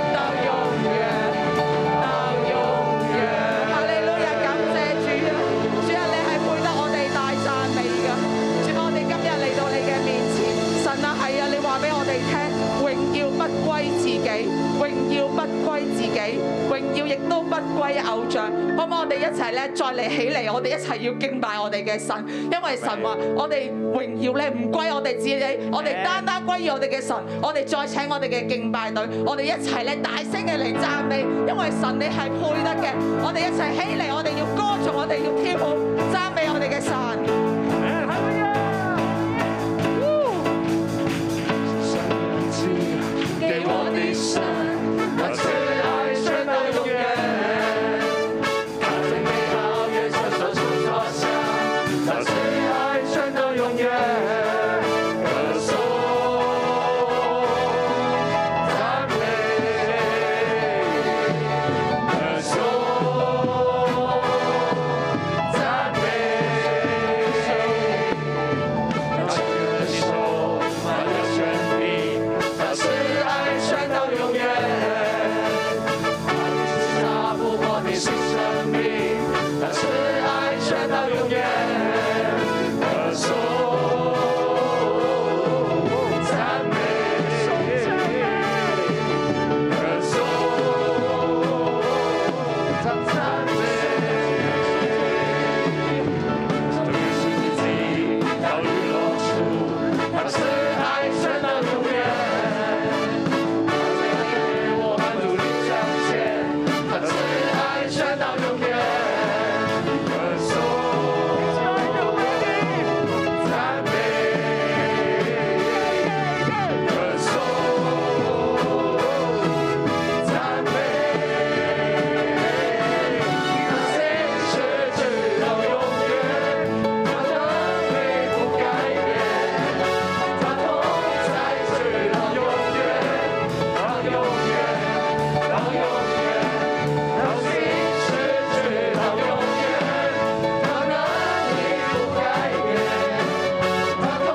啊啊齊咧再嚟起嚟，我哋一齊要敬拜我哋嘅神，因為神話我哋榮耀咧唔歸我哋自己，我哋單單歸於我哋嘅神。我哋再請我哋嘅敬拜隊，我哋一齊咧大聲嘅嚟讚美，因為神你係配得嘅。我哋一齊起嚟，我哋要歌頌，我哋要跳舞讚美我哋嘅神。给我的神，那慈爱宣到永远。他最美好愿伸手触所想，那慈爱宣到永远。歌颂赞美，歌颂赞美。他承认手满了权柄，他是爱传到永远。他是杀不破你新生命，他是爱传到永远。歌颂赞美，歌颂赞美。终于是自己到日落处，他是爱神的永远。他在给我们努力向前，他是爱神到永远。歌颂赞美，歌颂赞美。那些事直到永远，他的美不改变，他同在直到永远，到永远，到永远，那些事直到永远，他的美不改变，他同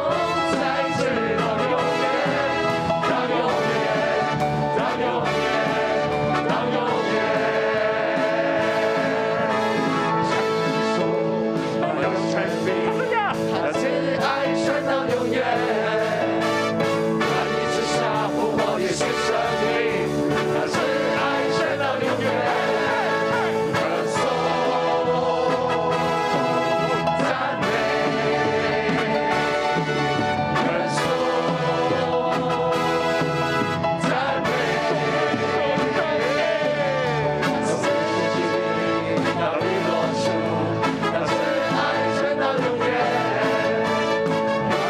在直到永远，到永远，到永远，到永远。手，我要传递，他是爱传到永远。他一直下不我的新生命，他是爱传到永远。歌颂赞美，歌颂赞美。到日落处，那是爱传到永远。要暗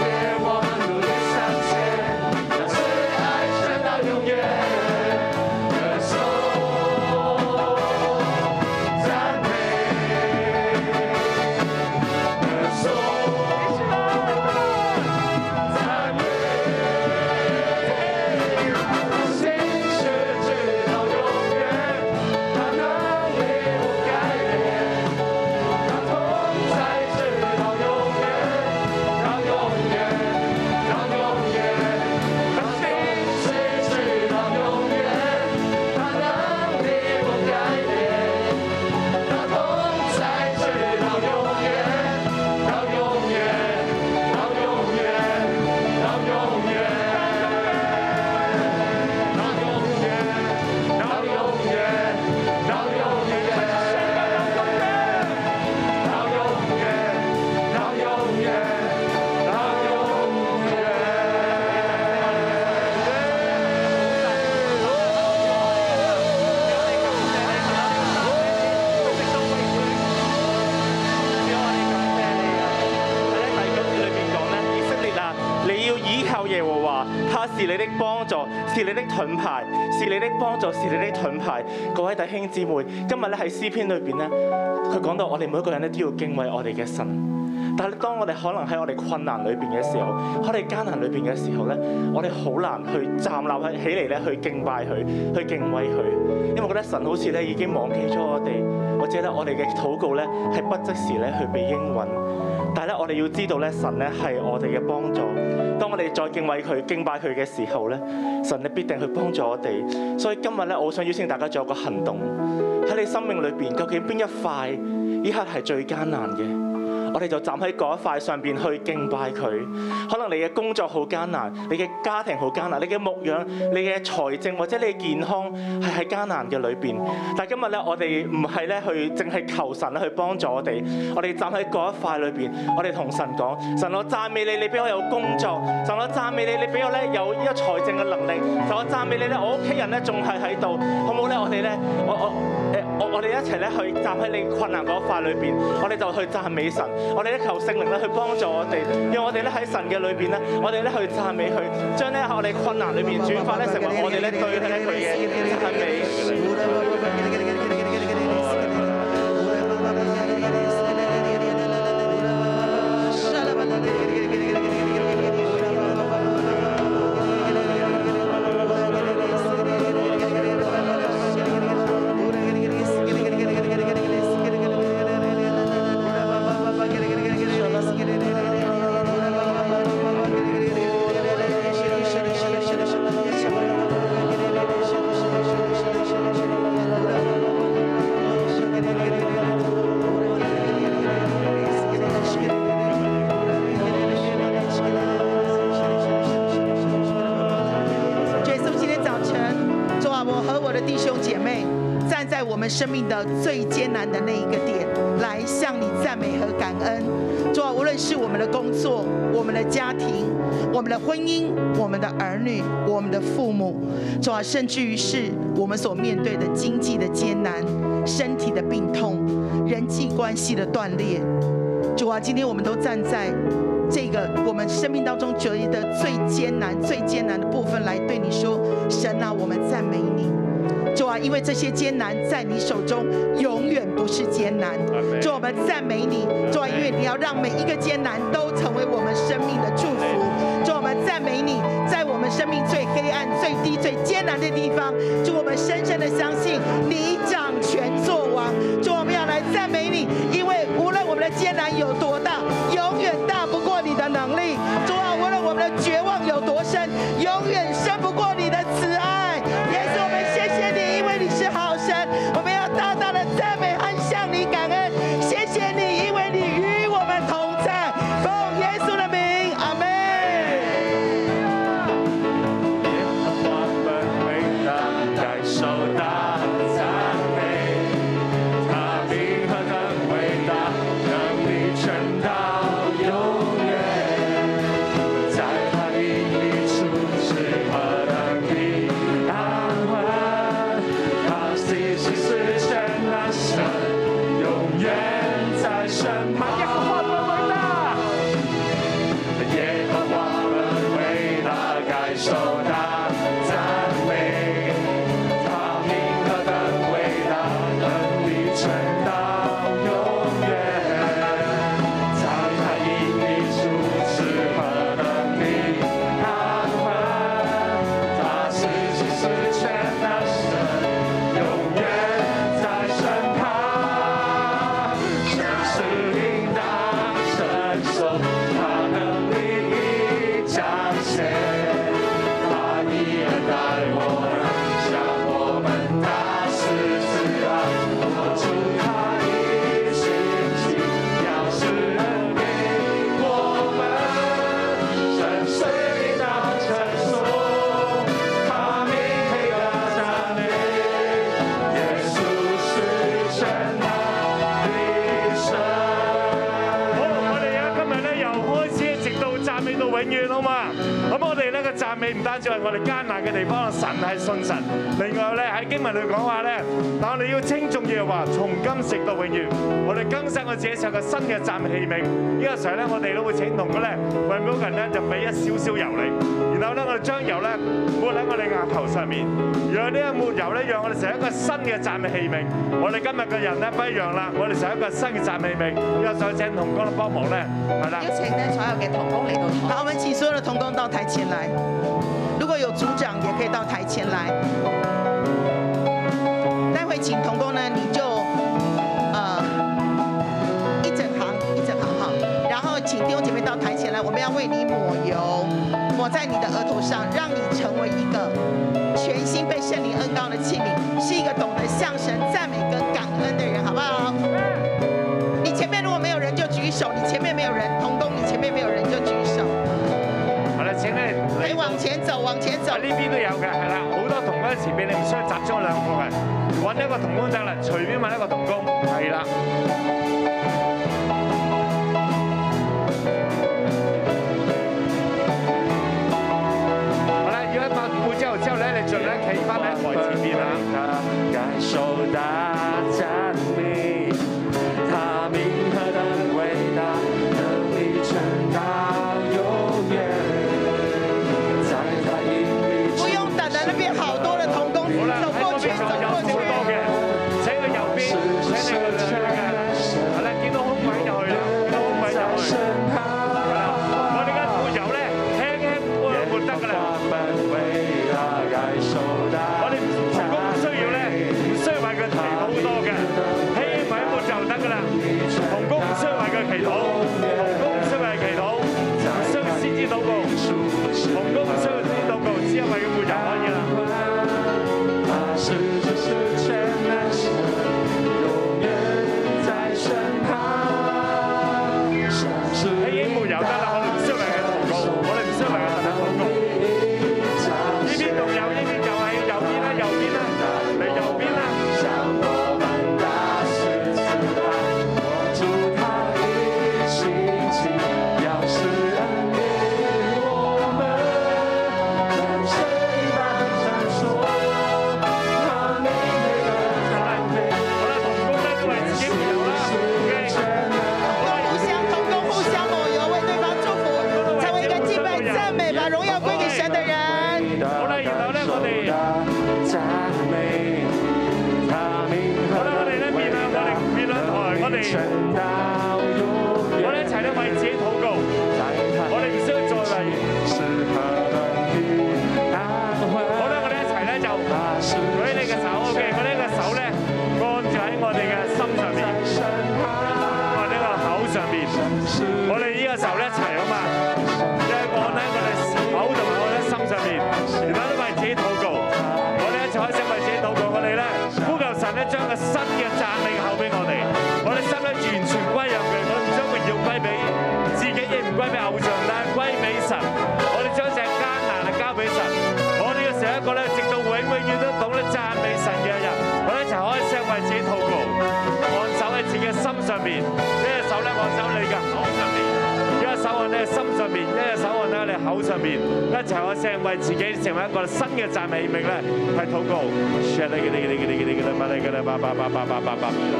夜我们努力向前，那是爱传到永远。歌颂赞美，歌颂赞美。心事直到永远，他能力不改变，他同在直到永远，到永远，到永远，他心事直到永远，他能力不改变，他同在直到永远，到永远，到永远，到永远。到永远，到永远，到永远，到永远，到永远，到永啊你要倚靠耶和華，他是你的幫助，是你的盾牌，是你的幫助，是你的盾牌。各位弟兄姊妹，今日咧喺詩篇裏邊咧，佢講到我哋每一個人咧都要敬畏我哋嘅神。但係當我哋可能喺我哋困難裏邊嘅時候，我哋艱難裏邊嘅時候咧，我哋好難去站立喺起嚟咧去敬拜佢，去敬畏佢，因為我覺得神好似咧已經忘記咗我哋，或者咧我哋嘅禱告咧係不即時咧去被應允。但係咧，我哋要知道咧，神咧係我哋嘅幫助。當我哋再敬畏佢、敬拜佢嘅時候咧，神咧必定去幫助我哋。所以今日咧，我想邀請大家做一個行動，喺你生命裏邊，究竟邊一塊呢刻係最艱難嘅？我哋就站喺嗰一塊上邊去敬拜佢。可能你嘅工作好艱難，你嘅家庭好艱難，你嘅牧養、你嘅財政或者你嘅健康係喺艱難嘅裏邊。但係今日咧，我哋唔係咧去淨係求神去幫助我哋，我哋站喺嗰一塊裏邊，我哋同神講：神，我讚美你，你俾我有工作；神，我讚美你，你俾我咧有呢個財政嘅能力；神，我讚美你咧，我屋企人咧仲係喺度，好唔好咧？我哋咧，我我。誒，我我哋一齊咧去站喺你困難嗰一塊裏邊，我哋就去讚美神，我哋咧求聖靈咧去幫助我哋，讓我哋咧喺神嘅裏邊咧，我哋咧去讚美佢，將咧我哋困難裏邊轉化咧成為我哋咧對佢咧佢嘅讚美。主耶稣，今天早晨，主啊，我和我的弟兄姐妹站在我们生命的最艰难的那一个点，来向你赞美和感恩。主啊，无论是我们的工作、我们的家庭、我们的婚姻、我们的儿女、我们的父母，主啊，甚至于是我们所面对的经济的艰难、身体的病痛、人际关系的断裂，主啊，今天我们都站在这个我们生命当中觉得最艰难、最艰难的部分来对你说：神啊，我们赞美你。主啊，因为这些艰难在你手中永远不是艰难。主啊，我们赞美你。主啊，因为你要让每一个艰难都成为我们生命的祝福。主啊，我们赞美你，在我们生命最黑暗、最低、最艰难的地方，主我们深深的相信你掌权作王。主，我们要来赞美你，因为无论我们的艰难有多大，永远大不过你的能力。主啊，无论我们的绝望有多深，永远深不过你的慈爱。耶稣，我们谢谢你，因为你是好神。我们要大大的赞美和向你感恩，谢谢你，因为你与我们同在。奉耶稣的名，阿门。我们会让感受大赞美，他平和的伟大，能力撑到永远，在他的里处是何等的安稳，他信心是神的神，永远在身旁。耶和华的伟大。耶和华们为他感受他赞美，他名何等伟大，能力传到永远，在他引领处是何等的安稳，他是其是全的神，永远在身旁，神是应当承受。他能力已彰显，他依然待我们，向我们大施慈爱。我祝他一心情，要是能给我们，神虽大承受，他名配得赞美。耶稣是神的神。好，我哋啊今日咧由開始直到讚美到永遠，好嘛？咁我哋呢個讚美唔單止係我哋艱難嘅地方，神係信神。另外咧喺經文裏講話咧，但我哋要稱重耶和華，從今直到永遠。我哋更新我自己上嘅新嘅讚美器皿。呢個時候咧，我哋都會請同嘅咧，為每個人咧就俾一少少油你，然後咧我哋將油咧抹喺我哋額頭上面，讓呢個抹油咧，讓我哋成一個新嘅讚美器皿。我哋今日嘅人咧不一樣啦，我哋成一個新嘅讚美器皿。呢個時候請同工幫忙咧，係啦邀。请呢所有嘅童工嚟到台。好，我们请所有的童工到台前来。如果有组长，也可以到台前来。待会请童工呢，你就呃一整行一整行哈，然后请弟兄姐妹到台前来，我们要为你抹油，抹在你的额头上，让你成为一个全新被圣灵恩膏的器皿，是一个懂得向神赞美跟感恩的人，好不好？你前面如果没有人就举手，你前面没有人，童工，你前面没有人就举手。係啦，請你你往前走，往前走喺。呢邊都有嘅，係啦，好多童工喺前邊，你唔需要集中兩個嘅，揾一個童工得啦，隨便揾一個童工，係啦。好啦，要一百步之後之後咧，你盡量企翻喺台前面啊啦。感受大赞美，他名何等伟大，能力撑到永远。在他引领不用等啊了，那边好多的童工好啦，走喺过嗰去邊，走仲有好过去。多嘅，請佢右邊，請你個兩嘅，係啦，見到空位就去啦，見到空位就去。係啦，我哋間導遊咧，輕輕撥一撥得㗎啦。我哋唔工需要咧，唔需要為佢祈禱好多嘅，輕輕撥一撥就得㗎啦。童工唔需要為佢祈禱，童工唔需要為佢祈禱，唔需要先知禱告，童工唔需要先知禱告，只係為佢撥就可以啦。他是这世界男神，永远在身旁。神是喺英媒有得啦，我哋唔需要為佢禱告，我哋唔需要為佢特別禱告。呢邊仲有，呢邊又係右邊啦，右邊啦，嚟右邊啦。向我们大施慈爱，我祝他一心情，要是恩典我们，人生一般闪烁，他每一个赞美。好啦，同工咧都為自己祈禱啦。互相同工互相抹油，为对方祝福，成为一个敬拜赞美，把荣耀归给神的人。好啦，然後咧我哋，好啦，我哋咧面向我哋面向台，我哋我哋一齊咧為自己禱告，我哋唔需要再為，好啊啦，我哋一齊咧就舉你嘅手，OK，我呢個手咧按住喺我哋嘅心上面。我呢個口上面，我哋呢個時候一齊好嘛？即係按喺我哋口同埋我哋心上面，而家都為自己禱告。我哋一齊開始為自己禱告，我哋咧呼求神咧將個新嘅讚美口俾我哋，我哋心咧完全歸入佢，我哋唔將榮耀歸俾自己，亦唔歸俾偶像，但係歸俾神。我哋將隻艱難係交俾神，我哋要成一個咧直到永永遠都懂得讚美神嘅人。我哋一齊開聲為自己禱告。按手喺自己嘅心上面，一隻手咧按手你嘅口上面，一隻手按你嘅心上面，一隻手按喺你口上面，一齊開聲為自己成為一個新嘅讚美命咧，係禱告。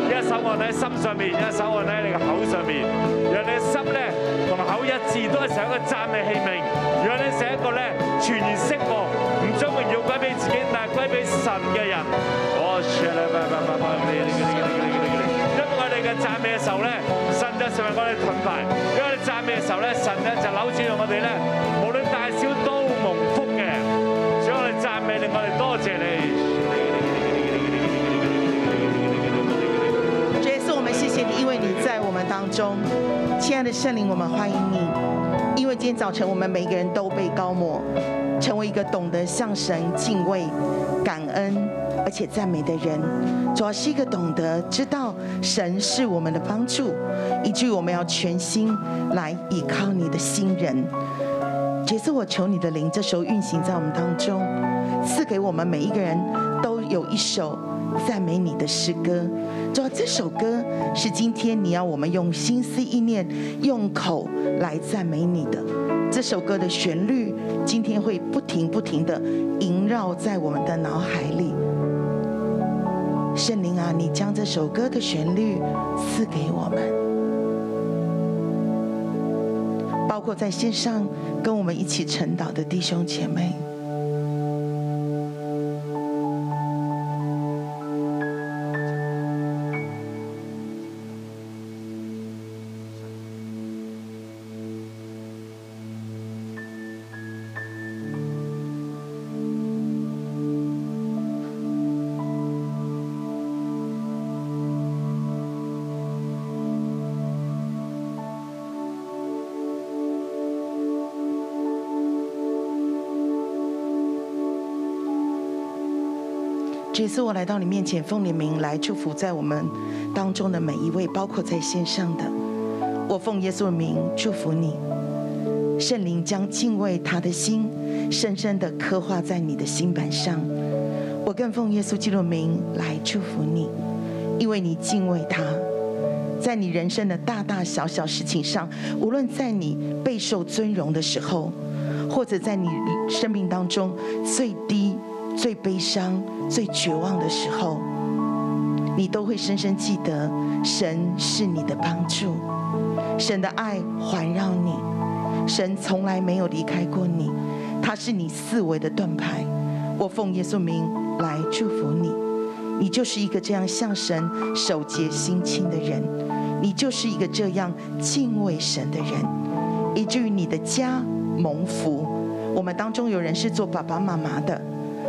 一隻手按喺心上面，一隻手按喺你嘅口上面，讓你嘅心咧同口一致，都係成一個讚美器皿，讓你成一個咧全然釋放，唔將榮耀歸俾自己，但係歸俾神嘅人。我 s h a 因為我哋嘅讚美嘅時候咧，神就成為我哋盾牌；因為我哋讚美嘅時候咧，神咧就扭轉我哋咧，無論大小都蒙福嘅。所以我哋讚美你，我哋多謝你。主耶稣，我们谢谢你，因为你在我们当中。亲爱的圣灵，我们欢迎你，因为今天早晨我们每个人都被高抹，成为一个懂得向神敬畏、感恩而且赞美的人。主要是一个懂得知道神是我们的帮助，以至于我们要全心来倚靠你的新人。耶稣，我求你的灵这时候运行在我们当中，赐给我们每一个人都有一首赞美你的诗歌。主啊，这首歌是今天你要我们用心思意念、用口来赞美你的。这首歌的旋律今天会不停不停的萦绕在我们的脑海里。圣灵啊，你将这首歌的旋律赐给我们。包括在线上跟我们一起晨祷的弟兄姐妹。这次我来到你面前，奉你名来祝福在我们当中的每一位，包括在线上的。我奉耶稣的名祝福你，圣灵将敬畏他的心深深的刻画在你的心板上。我更奉耶稣基督的名来祝福你，因为你敬畏他。在你人生的大大小小事情上，无论在你备受尊荣的时候，或者在你生命当中最低、最悲伤、最绝望的时候，你都会深深记得神是你的帮助，神的爱环绕你，神从来没有离开过你，他是你四维的盾牌。我奉耶稣名来祝福你，你就是一个这样向神手洁心清的人，你就是一个这样敬畏神的人，以至于你的家蒙福。我们当中有人是做爸爸妈妈的，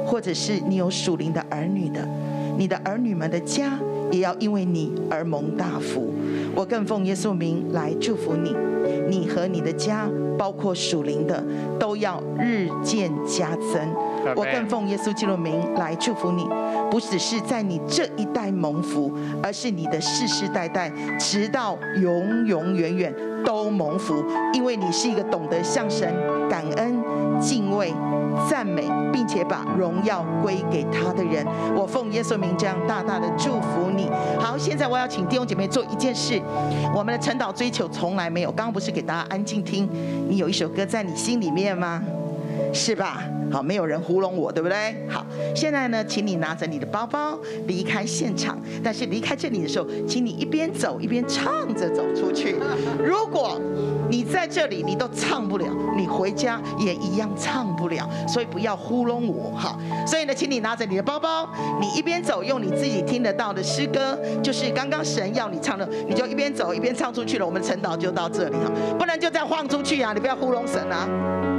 或者是你有属灵的儿女的，你的儿女们的家也要因为你而蒙大福。我更奉耶稣名来祝福你，你和你的家，包括属灵的，都要日渐加增。我更奉耶稣基督的名来祝福你，不只是在你这一代蒙福，而是你的世世代代，直到永永远远都蒙福，因为你是一个懂得向神感恩、敬畏、赞美，并且把荣耀归给他的人。我奉耶稣名这样大大的祝福你。好，现在我要请弟兄姐妹做一件事，我们的晨祷追求从来没有，刚刚不是给大家安静听，你有一首歌在你心里面吗？是吧？好，没有人糊弄我，对不对？好，现在呢，请你拿着你的包包离开现场，但是离开这里的时候，请你一边走一边唱着走出去。如果你在这里你都唱不了，你回家也一样唱不了，所以不要糊弄我哈。所以呢，请你拿着你的包包，你一边走，用你自己听得到的诗歌，就是刚刚神要你唱的，你就一边走一边唱出去了。我们的晨祷就到这里哈，不然就这样晃出去啊，你不要糊弄神啊。